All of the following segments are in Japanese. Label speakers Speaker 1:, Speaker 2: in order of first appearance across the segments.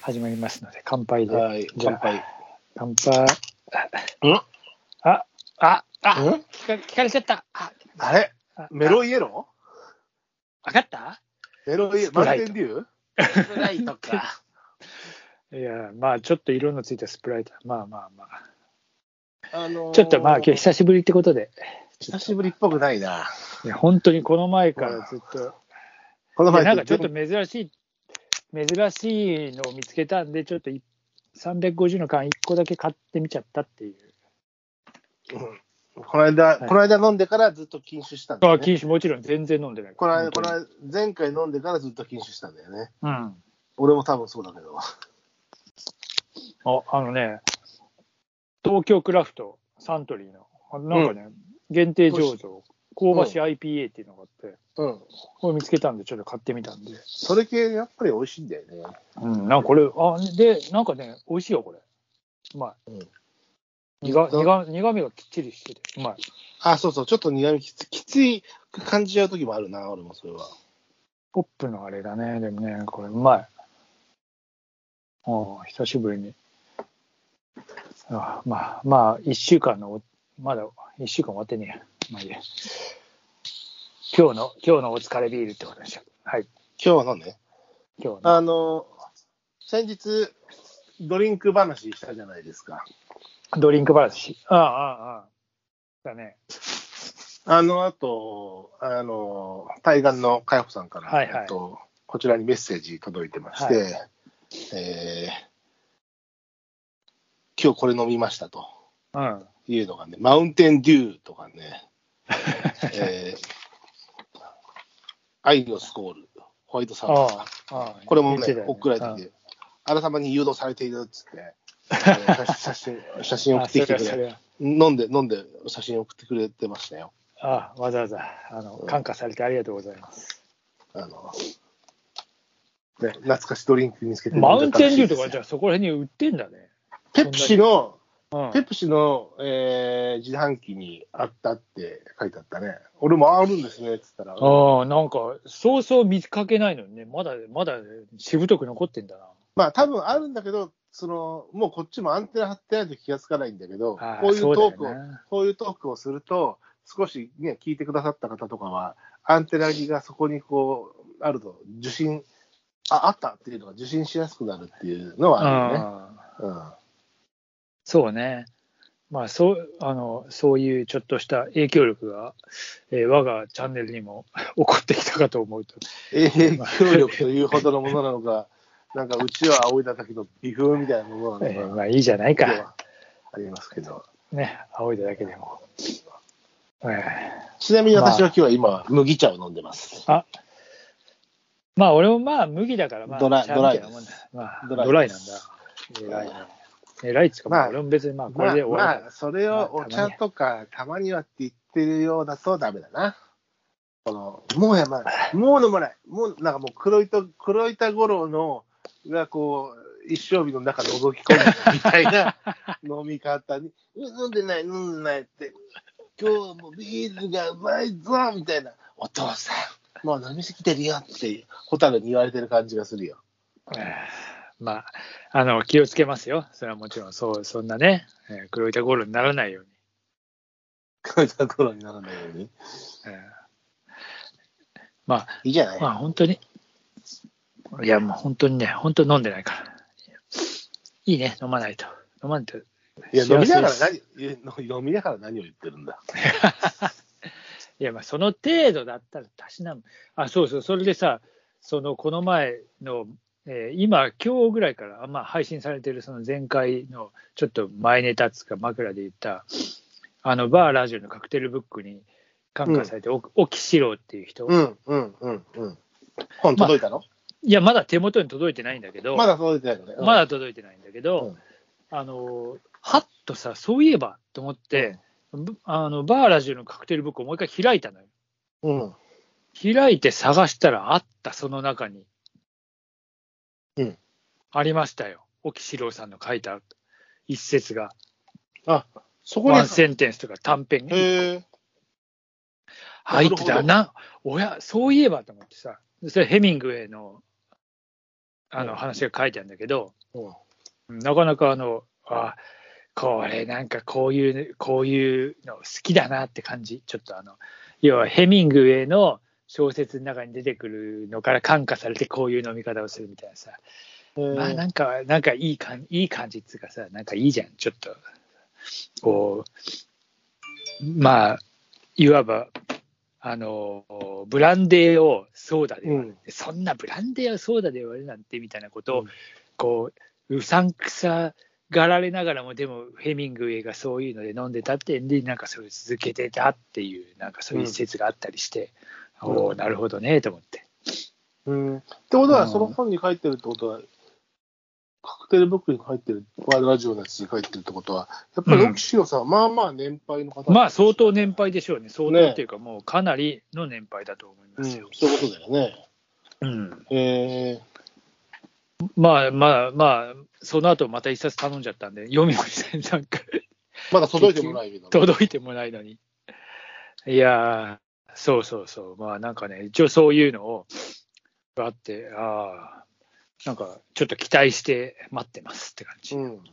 Speaker 1: 始まりますので、乾杯で。
Speaker 2: はい、
Speaker 1: じゃあ
Speaker 2: 乾杯。
Speaker 1: 乾杯。
Speaker 2: ん
Speaker 1: あ、あ、あ、
Speaker 2: ん
Speaker 1: 聞か聞かれちゃった。あ、
Speaker 2: あれ
Speaker 1: あ
Speaker 2: メロイエロ
Speaker 1: わかった
Speaker 2: ーメロイエ
Speaker 1: ス
Speaker 2: ロ
Speaker 1: プ
Speaker 2: ーマ
Speaker 1: ラ
Speaker 2: ウ
Speaker 1: イ
Speaker 2: ン
Speaker 1: ト
Speaker 2: テンデュー
Speaker 3: スプライトか。
Speaker 1: いや、まあ、ちょっと色のついたスプライト。まあまあまあ。
Speaker 2: あのー
Speaker 1: ちょっとまあ、今日久しぶりってことで。
Speaker 2: 久しぶりっぽくないな。
Speaker 1: いや、本当にこの前からずっと。
Speaker 2: この
Speaker 1: いや
Speaker 2: 前
Speaker 1: なんかちょっと珍しい、珍しいのを見つけたんで、ちょっとい350の缶1個だけ買ってみちゃったっていう。
Speaker 2: うんこの間、
Speaker 1: はい
Speaker 2: この間飲んでからずっと禁酒したんだ
Speaker 1: あ
Speaker 2: よ
Speaker 1: あ、
Speaker 2: ね。
Speaker 1: 禁酒もちろん全然飲んでない。
Speaker 2: この間、
Speaker 1: 本
Speaker 2: こ
Speaker 1: 当
Speaker 2: の
Speaker 1: に
Speaker 2: 間、前回飲んでからずっと禁酒したんだよね。
Speaker 1: うん。
Speaker 2: 俺も多分そうだけど。
Speaker 1: ああのね、東京クラフト、サントリーの、あなんかね、限定醸造、香ばし IPA っていうのがあって、
Speaker 2: うん。
Speaker 1: これ見つけたんで、ちょっと買ってみたんで、
Speaker 2: それ系やっぱり美味しいんだよね。
Speaker 1: うん、なんかこれ、あで、なんかね、美味しいよ、これ。うまい。
Speaker 2: うん
Speaker 1: 苦
Speaker 2: ど
Speaker 1: 苦苦味がきっちりしてて、うまい。
Speaker 2: あ、そうそう。ちょっと苦味きつきつい感じちゃう時もあるな、俺もそれは。
Speaker 1: ポップのあれだね、でもね、これうまい。ああ、久しぶりに。ああまあ、まあ、一週間のお、まだ一週間終わってねえや。まあいいや。今日の、今日のお疲れビールってことでした。はい、
Speaker 2: 今日は何ね
Speaker 1: 今日の。
Speaker 2: あの、先日、ドリンク話したじゃないですか。
Speaker 1: ドリンクバラシ。ああ、ああ、ああ。だね。
Speaker 2: あの後、あの、対岸の海保さんから、
Speaker 1: はいはい
Speaker 2: えっと、こちらにメッセージ届いてまして、
Speaker 1: は
Speaker 2: えー今日これ飲みましたと
Speaker 1: うん。
Speaker 2: いうのがね、マウンテンデュー とかね、えー愛のスコール、ホワイトサ
Speaker 1: あ
Speaker 2: ワ
Speaker 1: あ
Speaker 2: ー、、
Speaker 1: ああ。
Speaker 2: これも
Speaker 1: 言って
Speaker 2: ね
Speaker 1: たよ、
Speaker 2: 送られてきて、あらさまに誘導されているっつって、あの写写真写真
Speaker 1: うん
Speaker 2: 送
Speaker 1: あ、それ
Speaker 2: ってきて
Speaker 1: は
Speaker 2: く
Speaker 1: そ
Speaker 2: れ、
Speaker 1: れは。
Speaker 2: 飲んで、飲んで、写真送ってくれてましたよ。
Speaker 1: ああ、わざわざ、あの、感化されてありがとうございます。
Speaker 2: あの、ね、懐かしドリンク見つけて飲んでた
Speaker 1: マ
Speaker 2: らし
Speaker 1: ウ
Speaker 2: い
Speaker 1: ン
Speaker 2: で
Speaker 1: テン
Speaker 2: すよ
Speaker 1: デューとかじゃあそこら辺に売ってんだね。
Speaker 2: ペプシの、
Speaker 1: うん。
Speaker 2: ペプシの、えー自販機にあったって書いてあったね。俺もあるんですね、っつったら。
Speaker 1: ああ、なんか、そうそう見かけないのにね、まだ、まだ、しぶとく残ってんだな。
Speaker 2: まあ多分あるんだけど、その、もうこっちもアンテナ張ってないと気がつかないんだけど、
Speaker 1: ああ
Speaker 2: こういう
Speaker 1: そ
Speaker 2: トー
Speaker 1: だ
Speaker 2: クを
Speaker 1: よね
Speaker 2: こういうトークをすると、少しね、聞いてくださった方とかは、アンテナがそこにこう、あると、受信、あ、あったっていうのが受信しやすくなるっていうのはあるよね。
Speaker 1: うん
Speaker 2: うん。
Speaker 1: そうね。まあ、そう、あの、そういうちょっとした影響力が、えー我がチャンネルにも 起こってきたかと思うと。
Speaker 2: 影響力というほどのものな のか、なんかうちは仰いだ時の微風みたいなもの
Speaker 1: え
Speaker 2: な
Speaker 1: ー
Speaker 2: のか、
Speaker 1: まあ、いいじゃない
Speaker 2: で
Speaker 1: か。
Speaker 2: はありますけど。
Speaker 1: ね、仰いだだけでも。えー
Speaker 2: ちなみに私は今日は今、麦茶を飲んでます。
Speaker 1: まあ、俺もまあ、麦だから、まあ、
Speaker 2: ドライ
Speaker 1: 茶みたいなもんだまあ、
Speaker 2: ド
Speaker 1: ド
Speaker 2: ライです
Speaker 1: ライなんだ。偉いな。偉いっつうか、ま
Speaker 2: まあ
Speaker 1: あ、俺も別にまあ、こ
Speaker 2: ま
Speaker 1: れ
Speaker 2: あ
Speaker 1: で、終わりだ
Speaker 2: まあ、それをお茶とか、たまにはって言ってるようだとダメだな。この、もうやまない、もう飲まない、もうなんかもう黒板、黒板五郎の、がこう、一生日の中で覗き込むみたい な飲み方に、うん飲んでない、飲んでないって、今日もビールがうまいぞみたいな、お父さん、もう飲みすぎてるよって、ホタルに言われてる感じがするよ。
Speaker 1: まあ、あの、気をつけますよ。それはもちろん、そう、そんなね、えー黒板ゴールにならないように。
Speaker 2: 黒板五郎にならないように。
Speaker 1: えーま
Speaker 2: いいじゃない
Speaker 1: あ、まあ、本当に、いや、もう本当にね、本当に飲んでないから。いいね、飲まないと。飲まないと。
Speaker 2: いや、
Speaker 1: 幸せ
Speaker 2: 飲みながら
Speaker 1: です
Speaker 2: 何、いや飲みながら何を言ってるんだ。
Speaker 1: いや、まあ、その程度だったら、たしなむ。あ、そうそう、それでさ、その、この前の、えー今、今日ぐらいから、あまあ、配信されてる、その前回の、ちょっと前ネタっつうか、枕で言った、あの、バーラジオのカクテルブックに感化されて、お沖志郎っていう人、
Speaker 2: うん、うん、うん、うん。本届いたの、
Speaker 1: いや、まだ手元に届いてないんだけど、
Speaker 2: まだ届いてないのね。うん
Speaker 1: まだ届いてないんだけど、
Speaker 2: うん
Speaker 1: あの、はっとさ、そういえばと思って、ぶあの、バーラジオのカクテルブックをもう一回開いたのよ。
Speaker 2: うん。
Speaker 1: 開いて探したらあった、その中に。
Speaker 2: うん。
Speaker 1: ありましたよ。沖志郎さんの書いた一節が、
Speaker 2: そこに
Speaker 1: ワン、センテンスとか短編に
Speaker 2: へえ。
Speaker 1: 入って
Speaker 2: なる
Speaker 1: た
Speaker 2: ほど
Speaker 1: な。おや、そういえばと思ってさ、それヘミングウェイのあ
Speaker 2: う
Speaker 1: の
Speaker 2: ん
Speaker 1: 話が書いてあるんだけど、
Speaker 2: うん
Speaker 1: なかなかあの、あこれなんかこういう、こういうの好きだなって感じ。ちょっとあの、要はヘミングウェイの小説の中に出てくるのから感化されてこういう飲み方をするみたいなさ。まあなんか、なんかいい感じ、いい感じっていうかさ、なんかいいじゃん。ちょっと、こう、まあ、いわば、あの、ブランデーをソーダで割る
Speaker 2: うん
Speaker 1: そんなブランデーをソーダで割るなんてみたいなことを、
Speaker 2: うん
Speaker 1: こう、うさんくさがられながらも、でも、ヘミングウェイがそういうので飲んでたって、で、なんかそれ続けてたっていう、なんかそういう説があったりして、
Speaker 2: うん
Speaker 1: おおなるほどね、と思って。
Speaker 2: うんってことは、
Speaker 1: うん
Speaker 2: その本に書いてるってことは、カクテルブックに書いてる、ラジオのやつに書いてるってことは、やっぱり
Speaker 1: うん
Speaker 2: 沖野さん、まあまあ年配の方
Speaker 1: まあ相当年配でしょうね、相当っていうか、もうかなりの年配だと思い
Speaker 2: うん、
Speaker 1: ます
Speaker 2: そうい
Speaker 1: よ
Speaker 2: う。ことだよね。
Speaker 1: うん、
Speaker 2: え
Speaker 1: まあまあまあ、その後また一冊頼んじゃったんで、読みません、なんか、
Speaker 2: ー、まだ届いてもないけど、ね。
Speaker 1: 届いてもないのに。いやー、そうそうそう、まあなんかね、一応そういうのをがあって、ああ、なんかちょっと期待して待ってますって感じ。
Speaker 2: うん。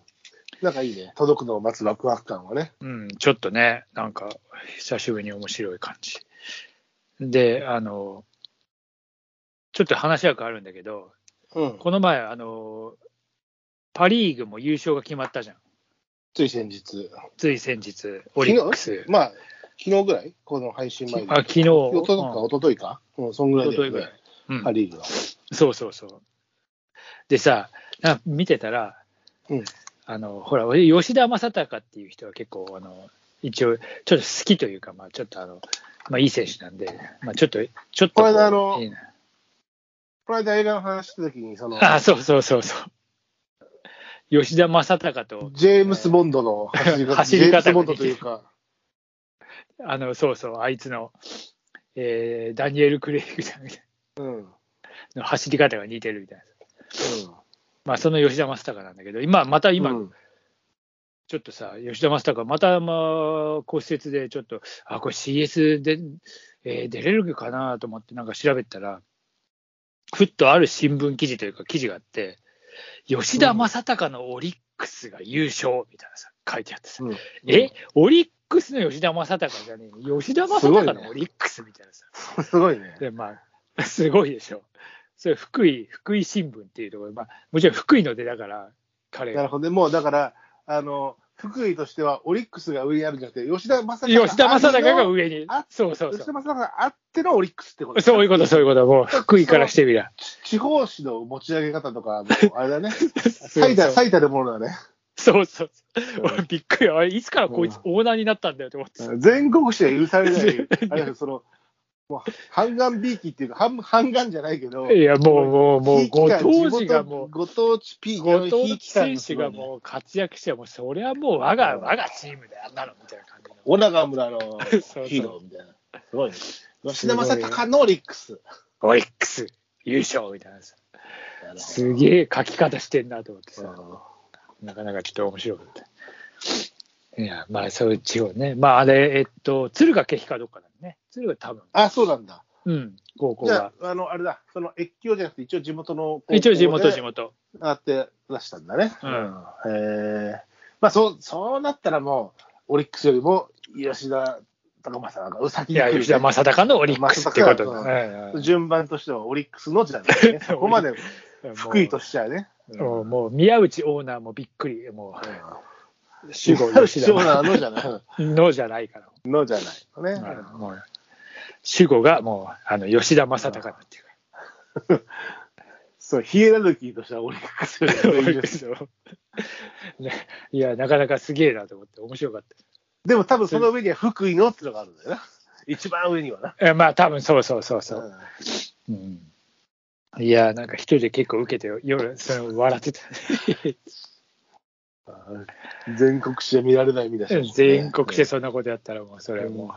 Speaker 2: なんかいいね。届くのを待つワクワク感はね。
Speaker 1: うん、ちょっとね、なんか、久しぶりに面白い感じ。で、あの、ちょっと話は変わるんだけど、
Speaker 2: うん。
Speaker 1: この前、あの、パ・リーグも優勝が決まったじゃん。
Speaker 2: つい先日。
Speaker 1: つい先日、オリックス。
Speaker 2: まあ、昨日ぐらいこの配信前に。
Speaker 1: あ、昨日。
Speaker 2: おととか、
Speaker 1: うん
Speaker 2: おとといか。うん、そんぐらいだよね
Speaker 1: 一昨日ぐらいうん
Speaker 2: パリーグは。
Speaker 1: そうそうそう。でさ、な見てたら、
Speaker 2: うん
Speaker 1: あの、ほら、俺吉田正尚っていう人は結構、あの、一応、ちょっと好きというか、まあ、ちょっとあの、まあ、いい選手なんで、まあ、ちょっと、ちょっと
Speaker 2: これ
Speaker 1: う
Speaker 2: あの
Speaker 1: いいな
Speaker 2: この間映画の話した時に、その、
Speaker 1: あ、そうそうそうそう。吉田正尚と、
Speaker 2: ジェームス・ボンドの走り方、
Speaker 1: 走り方が
Speaker 2: ジェームス・ボンドというか、
Speaker 1: あの、そうそう、あいつの、えーダニエル・クレイグさんみたい
Speaker 2: うん。うん。
Speaker 1: なの走り方が似てるみたいな。まあ、その吉田正尚なんだけど、今、また今、
Speaker 2: うん
Speaker 1: ちょっとさ、吉田正尚、またまあ骨折で、ちょっと、あ、これ CS で、えー出れるかなと思って、なんか調べたら、ふっとある新聞記事というか、記事があって、吉田正尚のオリックスが優勝みたいなさ、書いてあってさ、
Speaker 2: うん
Speaker 1: え、オリックスの吉田正尚じゃねえの吉田正尚のオリックスみたいなさ、
Speaker 2: すごいね。
Speaker 1: でまあ、 すごいでしょ。それ、福井、福井新聞っていうところ、まあ、もちろん福井の出だから、彼
Speaker 2: な
Speaker 1: が
Speaker 2: る。ほどね。もうだから、あの、福井としてはオリックスが上にあるんじゃなくて、吉田正尚。
Speaker 1: 吉田正尚が上に
Speaker 2: あ。
Speaker 1: そうそう
Speaker 2: 吉
Speaker 1: そ
Speaker 2: 田正尚があってのオリックスってこと
Speaker 1: う。 そういうこと、そういうこと。もう、福井からしてみりゃ。
Speaker 2: 地方紙の持ち上げ方とか、もうあれだね。
Speaker 1: そう
Speaker 2: 最た最たるものだね。
Speaker 1: そうそう。俺、びっくり。あれ、いつからこいつ
Speaker 2: うん
Speaker 1: オーナーになったんだよって思ってた。
Speaker 2: 全国紙は許さ れない。あれだよその、もう、半眼ビーキっていうか、半半眼じゃないけど、
Speaker 1: いや、もう、もう、もう、
Speaker 2: ひいき
Speaker 1: ご
Speaker 2: 感
Speaker 1: 当時がもう
Speaker 2: 地元、ご当地 P、
Speaker 1: ご当
Speaker 2: ひい
Speaker 1: 地
Speaker 2: き感
Speaker 1: 選手が
Speaker 2: すごいね
Speaker 1: もう活躍して、もう、そりゃもう、我が、
Speaker 2: うん
Speaker 1: 我がチームであんなの、みたいな感じの。
Speaker 2: 小長村 の
Speaker 1: そうそう
Speaker 2: ヒーローみたいな。すごいね。吉田正尚のオリックス。
Speaker 1: オリックス、優勝みたいなさ。
Speaker 2: なるほど
Speaker 1: すげえ書き方してんなと思ってさ。
Speaker 2: うん
Speaker 1: なかなかちょっと面白かった。いや、まあ、そういう地方ね。まあ、あれ、えっと、敦賀気比かどっかだね。敦賀多分。
Speaker 2: あ、そうなんだ。
Speaker 1: うん、高校
Speaker 2: じゃ
Speaker 1: が。
Speaker 2: あ、あの、あれだ、その越境じゃなくて、一応地元の高校で。
Speaker 1: 一応地元、地元。
Speaker 2: あって出したんだね。
Speaker 1: うん
Speaker 2: うんへえ。まあ、そう、そうなったらもう、オリックスよりも、吉田高政が先
Speaker 1: い
Speaker 2: に来
Speaker 1: や、
Speaker 2: るね
Speaker 1: 吉田正尚のオリックスってこと
Speaker 2: 正尚
Speaker 1: だ。うんうん
Speaker 2: 順番としてはオリックスの時代 だね。そこまで福井としてはね。
Speaker 1: もうもう宮内オーナーもびっくり、もう、主
Speaker 2: 主
Speaker 1: 語
Speaker 2: 語
Speaker 1: 吉田
Speaker 2: なのじゃない。
Speaker 1: のじゃないから。
Speaker 2: のじゃないのね。
Speaker 1: うんもう主語がもう、あの、吉田正尚だっていうか
Speaker 2: そう、ヒエラルキーとしてはオリックスよりもいいですよ
Speaker 1: ねいや、なかなかすげえなと思って、面白かっ
Speaker 2: でも多分その上には福井のってのがあるんだよな。一番上にはな。
Speaker 1: た。えまあ、多分そうそうそうそうう。
Speaker 2: ん
Speaker 1: うんいや、なんか一人で結構受けて、夜、その笑ってた。
Speaker 2: 全国紙は見られないみたいな、
Speaker 1: 全国でそんなことやったらもうそれはも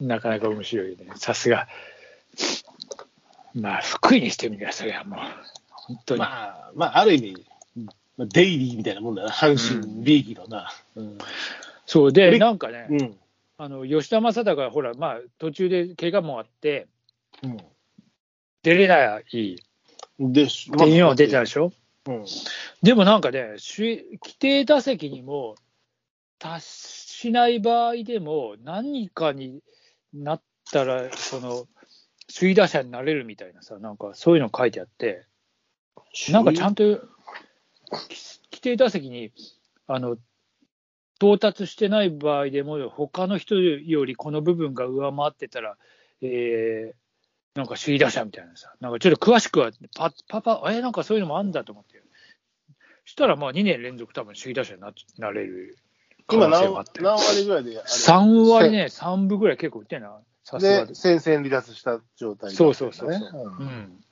Speaker 1: う、なかなか面白いねさすがまあ福井にしてみりゃそれはもう本当に、
Speaker 2: まあ、まあ、ある意味、まあデイリーみたいなもんだな、阪神リーグのな。うん。
Speaker 1: そうでなんかね、
Speaker 2: うん。
Speaker 1: あの吉田正尚がほらまあ途中で怪我もあって
Speaker 2: うん。
Speaker 1: 出れない
Speaker 2: で、
Speaker 1: っていうのが出てたで
Speaker 2: し
Speaker 1: しょ。
Speaker 2: ょ。うん。
Speaker 1: でもなんかね、し規定打席にも達しない場合でも、何かになったら、その、首位打者になれるみたいなさ、なんかそういうの書いてあって、なんかちゃんと規規定打席にあの到達してない場合でも、他の人よりこの部分が上回ってたら、えーなんか首位打者みたいなさ、なんかちょっと詳しくはパ、パパ、えなんかそういうのもあんだと思って、したらまあ2年連続、多分首位打者にななれる可
Speaker 2: 今
Speaker 1: 能性
Speaker 2: 何
Speaker 1: があっ
Speaker 2: 割
Speaker 1: て、
Speaker 2: 何割ぐらいであれ
Speaker 1: 3割ね、3分ぐらい結構打ってんな、さすが
Speaker 2: で、
Speaker 1: です。
Speaker 2: 戦線離脱した状態だったんだね、
Speaker 1: そうそうそうそううんん、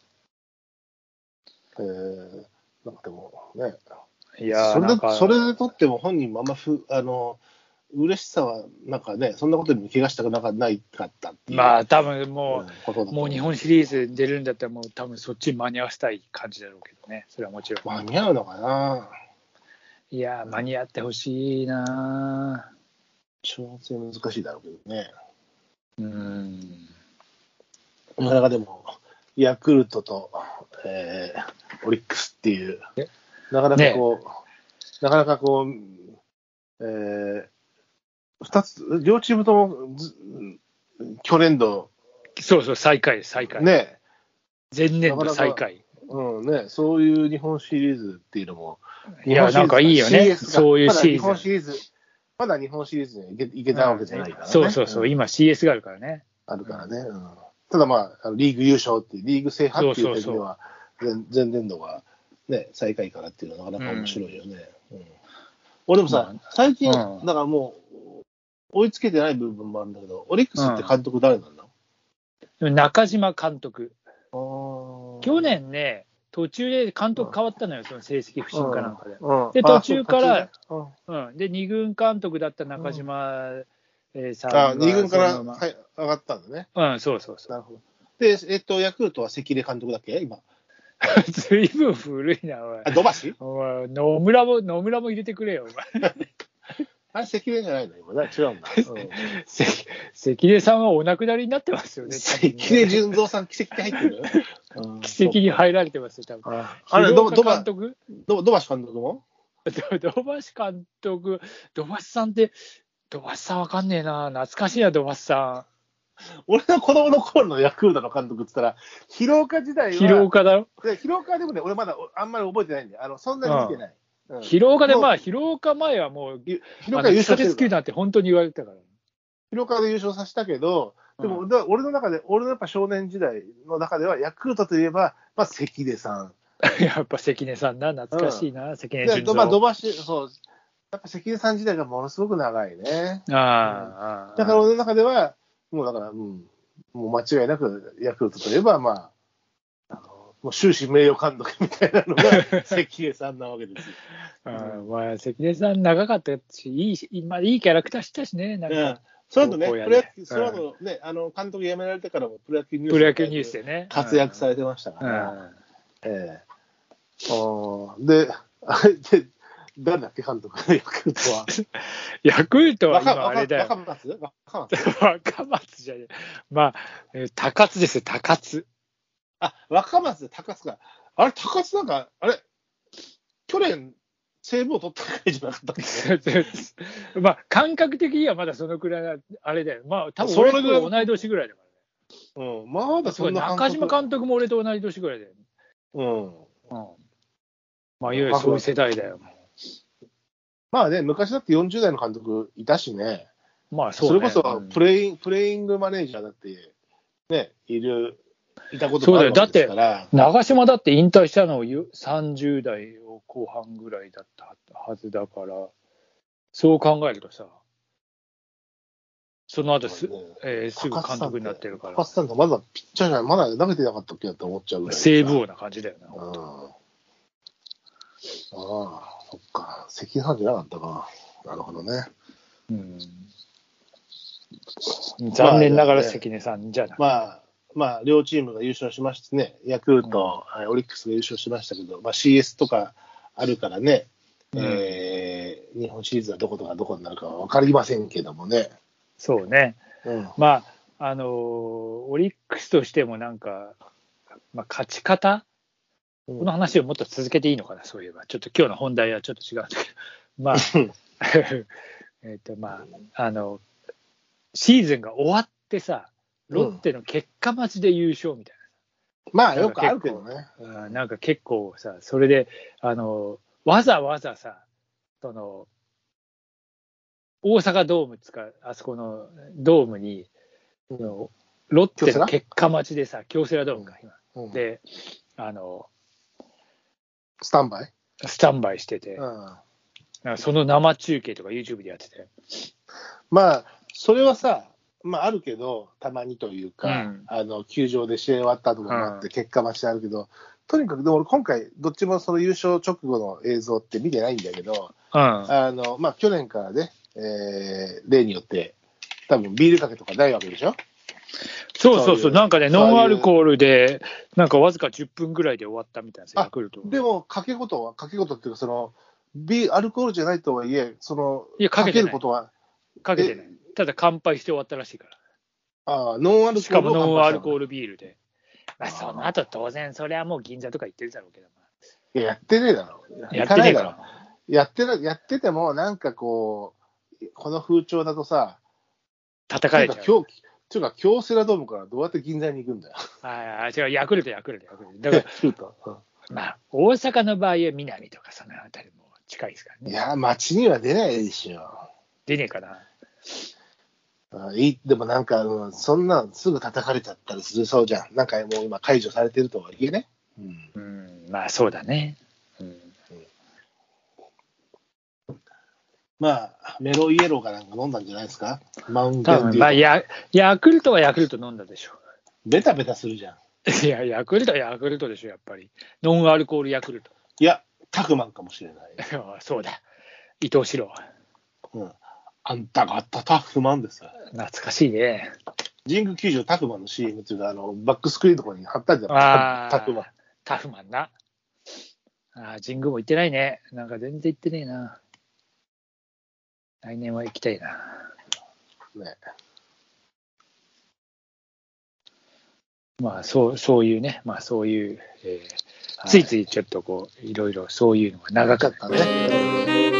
Speaker 2: えーなんかでもね、
Speaker 1: いやー
Speaker 2: それ
Speaker 1: なん
Speaker 2: で
Speaker 1: か
Speaker 2: それでとっても本人もあんまふあの嬉しさはなんかね、そんなことにも怪我したくなかないかったっていう
Speaker 1: まあ、多分もう、
Speaker 2: うんことだと思
Speaker 1: もう日本シリーズ出るんだったら、もう多分そっちに間に合わせたい感じだろうけどね、それはもちろん。
Speaker 2: 間に合うのかない
Speaker 1: やー、間に合ってほしいな
Speaker 2: 調整難しいだろうけどね。
Speaker 1: ーうん。
Speaker 2: なかなかでも、ヤクルトと、えーオリックスっていう
Speaker 1: え、
Speaker 2: なかなかこう、なかなかこう、えー、2つ、両チームともず去年度、
Speaker 1: そうそう、最下位、最下位。
Speaker 2: ね、
Speaker 1: 前年度最下位。
Speaker 2: うんね、そういう日本シリーズっていうのも、
Speaker 1: いや、なんかいいよね、そういうシ
Speaker 2: まだ日
Speaker 1: ー
Speaker 2: 本シ
Speaker 1: ズン。
Speaker 2: リーズ、まだ日本シリーズにはいけいけたわけじゃないからね。
Speaker 1: そうそうそう、
Speaker 2: ん
Speaker 1: 今 CS があるからね。
Speaker 2: あるからね。うんただまあ、あのリーグ優勝っていう、リーグ制覇っていう点では、前前年度が、ね、最下位からっていうのはなかなか面白いよね。うん俺もさ、
Speaker 1: ま
Speaker 2: 最近、
Speaker 1: うん
Speaker 2: だからもう、追いつけてない部分もあるんだけど、オリックスって監督誰なんだ、
Speaker 1: でも中島監督、
Speaker 2: あー
Speaker 1: 去年ね、途中で監督変わったのよ、その成績不振かなんかで。
Speaker 2: うん
Speaker 1: で
Speaker 2: あー
Speaker 1: 途中から
Speaker 2: そう途中ね
Speaker 1: うん、で、二軍監督だった中島、えーさん
Speaker 2: うん
Speaker 1: は
Speaker 2: あー、2軍から
Speaker 1: そのまま
Speaker 2: はい上がったんだね。
Speaker 1: うん、そうそうそう。
Speaker 2: なるほど。で、えっと、ヤクルトは関根監督だっけ今。
Speaker 1: ずいぶん古いな、おい
Speaker 2: あ、土橋
Speaker 1: お前。野村も、野村も入れてくれよ、お前。
Speaker 2: あれ関根じゃないの今ね。違 うんだ。うん
Speaker 1: 関関根さんはお亡くなりになってますよね。
Speaker 2: 関根純三さん、奇跡って入ってる
Speaker 1: 奇跡に入られてますよ、多分。
Speaker 2: ああれ、
Speaker 1: ど
Speaker 2: どどば
Speaker 1: 監督
Speaker 2: どどばし監督も
Speaker 1: ど土橋監督、土橋さんって、土橋さんわかんねえな、懐かしいな、土橋さ
Speaker 2: 俺の子供の頃のヤクルトの監督って言ったら、広岡時代
Speaker 1: ん。
Speaker 2: は、
Speaker 1: 広岡だろ
Speaker 2: で広岡はでもね、俺まだおあんまり覚えてないんで、あのそんなに見てない。うん
Speaker 1: 広岡で、
Speaker 2: もう
Speaker 1: まあ、広岡前はもう、
Speaker 2: 広岡優勝して
Speaker 1: スキ
Speaker 2: る
Speaker 1: ル
Speaker 2: から
Speaker 1: なんて本当に言われてたから。
Speaker 2: 広岡で優勝させたけど、でも、
Speaker 1: うん
Speaker 2: だ俺の中で、俺のやっぱ少年時代の中では、ヤクルトといえば、まあ、関根さん。
Speaker 1: やっぱ関根さんな、懐かしいな、関根
Speaker 2: で、
Speaker 1: 純三。
Speaker 2: まあ、土橋、そう、やっぱ関根さん時代がものすごく長いね。
Speaker 1: ああああ
Speaker 2: だから俺の中では、もうだから、うん、もう間違いなくヤクルトといえば、まあ、あのもう終始名誉監督みたいなの が関根さんなわけですよ。
Speaker 1: うんまあ、関根さん、長かったし、いいし、まあ、いいキャラクターしたしね、なん
Speaker 2: うん
Speaker 1: か、、
Speaker 2: その後ね、
Speaker 1: 高校
Speaker 2: プ
Speaker 1: や
Speaker 2: ロ野
Speaker 1: ね
Speaker 2: 球、その後ね、あの監督辞められてからもプロ野球ニュース
Speaker 1: プロ野球ニュースでね。
Speaker 2: 活躍さ
Speaker 1: れ
Speaker 2: れてましたか
Speaker 1: うん。
Speaker 2: ら、
Speaker 1: うん
Speaker 2: ええおーで、あれで、誰だっけ、監督、ヤクルトは。
Speaker 1: ヤクルトは今、あ
Speaker 2: 若
Speaker 1: れだ
Speaker 2: 若
Speaker 1: よ。
Speaker 2: 松若松
Speaker 1: 若松じゃねえ。まあ、えー高津ですよ、高津。
Speaker 2: あ、若松、高津か。あれ、高津なんか、あれ、去年、セーブを取ったぐらいじゃなかったっけ
Speaker 1: まあ、感覚的にはまだそのくらいな、あれだよ。まあ、多分
Speaker 2: それ
Speaker 1: 俺
Speaker 2: ぐらい
Speaker 1: と同い年ぐらいだか
Speaker 2: うん、まだ
Speaker 1: ら。す
Speaker 2: そ
Speaker 1: ごい
Speaker 2: んな
Speaker 1: 中島監督も俺と同い年ぐらいだよ。
Speaker 2: うん。
Speaker 1: うん。まあ、いわゆるそういう世代だよ。
Speaker 2: まあね、昔だって40代の監督いたしね、
Speaker 1: まあ、
Speaker 2: そ
Speaker 1: そうね、
Speaker 2: れこそ
Speaker 1: うん
Speaker 2: プレイン、プレイングマネージャーだって、ね、いる、いたこと
Speaker 1: そう
Speaker 2: もあ
Speaker 1: だ
Speaker 2: る
Speaker 1: よ
Speaker 2: わけですから、
Speaker 1: 長嶋だって引退したのをゆ30代を後半ぐらいだったはずだから、そう考えるとさ、その後す,、
Speaker 2: そうだね
Speaker 1: えーすぐ
Speaker 2: 高須さ
Speaker 1: 監
Speaker 2: ん
Speaker 1: 督になってるか
Speaker 2: 高
Speaker 1: ら
Speaker 2: 須、さんとまだピッチャーじゃない、まだ投げてなかったっけって思っちゃうぐらい。
Speaker 1: セーブ王な感じだよな。
Speaker 2: うん。ああ、そっか。関半じゃなかったか。なるほどね。
Speaker 1: うん残念ながら
Speaker 2: まあ
Speaker 1: 関根さんじゃなくて、
Speaker 2: まあ、まあ、両チームが優勝しましたね、ヤクルト、はいオリックスが優勝しましたけど、まあ、CS とかあるからね、
Speaker 1: うん
Speaker 2: えー日本シリーズはどことがどこになるかは分かりませんけどもね。
Speaker 1: そうね。
Speaker 2: うん、
Speaker 1: まあ、あのーオリックスとしてもなんか、まあ、勝ち方この話をもっと続けていいのかな、そういえば。ちょっと今日の本題はちょっと違うんだけど。 まあ、 えっと、まあ、あの、シーズンが終わってさ、ロッテの結果待ちで優勝みたい
Speaker 2: まあ、よくあるけどね。
Speaker 1: な。あーなんか結構さ、それで、あの、わざわざさ、その、大阪ドームつか、あそこのドームに、そのロッテの結果待ちでさ、京セラドームか、今。
Speaker 2: うん
Speaker 1: で、あの、
Speaker 2: スタンバイ
Speaker 1: スタンバイしてて、
Speaker 2: うん。
Speaker 1: なんかその生中継とか YouTube でやってて。
Speaker 2: まあ、それはさ、まあ、あるけど、たまにというか、
Speaker 1: うん
Speaker 2: あの球場で試合終わった後もなっ
Speaker 1: うん
Speaker 2: て、結果待ちであるけど、とにかく、でも俺、今回、どっちもその優勝直後の映像って見てないんだけど、
Speaker 1: うん。
Speaker 2: あのまあ、去年からね、えー例によって、多分ビールかけとかないわけでしょ。
Speaker 1: そうそ
Speaker 2: そうう
Speaker 1: そ、
Speaker 2: いうう
Speaker 1: なんかね、
Speaker 2: そういう
Speaker 1: ノンアルコールで、なんかわずか10分ぐらいで終わったみたいな人が来ると。
Speaker 2: でも、かけごとは、かけごとっていうか、その、ビーアルコールじゃないとはいえ、その、
Speaker 1: いやかけて
Speaker 2: け
Speaker 1: ない
Speaker 2: ることは、
Speaker 1: かけてない。ただ乾杯して終わったらしいから。
Speaker 2: ああノンアルコール
Speaker 1: しかもノンアルコー
Speaker 2: ル。
Speaker 1: ルビールで。まあ、
Speaker 2: あー
Speaker 1: その後当然、それはもう銀座とか行ってるだろうけど。
Speaker 2: いや、やってねえだろ。
Speaker 1: やってねえか
Speaker 2: 行
Speaker 1: ら。
Speaker 2: やってるやってても、なんかこう、この風潮だとさ、
Speaker 1: 叩かれちゃ
Speaker 2: ていううか。今日ていうか、京セラドームからどうやって銀座に行くんだよ。
Speaker 1: ああ、違う、ヤクルト、ヤクルト、ヤクルト。 だから、
Speaker 2: シュート
Speaker 1: まあ、大阪の場合は南とかそのあたりも近いですから
Speaker 2: い
Speaker 1: ね。
Speaker 2: や、街には出ないでしょ。
Speaker 1: 出ねえかな。
Speaker 2: あいいでもなんか、うんそんなんすぐ叩かれちゃったりするそうじゃん。なんかもう今解除されてるとはいえね。うん、
Speaker 1: うん、まあそうだね。うん。
Speaker 2: まあ、メロイエローかなんか飲んだんじゃないですか。マウンテン
Speaker 1: 多
Speaker 2: デュー
Speaker 1: 分まあや、ヤクルトはヤクルト飲んだでしょ
Speaker 2: ベタベタするじゃん。
Speaker 1: う。いや、ヤクルトはヤクルトでしょ、やっぱり。ノンアルコールヤクルト。
Speaker 2: いや、タクマンかもしれない。
Speaker 1: ああそうだ。伊藤四郎。
Speaker 2: うん、あんたがあったタクマンです。
Speaker 1: 懐かしいね。
Speaker 2: 神宮球場タクマンの CM っていうか、あの、バックスクリーンのところに貼ったじゃん。
Speaker 1: あー
Speaker 2: タクマン。
Speaker 1: タフマンな。ああ、神宮も行ってないね。なんか全然行ってねえな。来年は行きたいな。
Speaker 2: ね。
Speaker 1: まあ、そう、そういうね、まあそういう、えーついついちょっとこう、いろいろそういうのが長
Speaker 2: な
Speaker 1: か
Speaker 2: か
Speaker 1: っ。
Speaker 2: ったたね。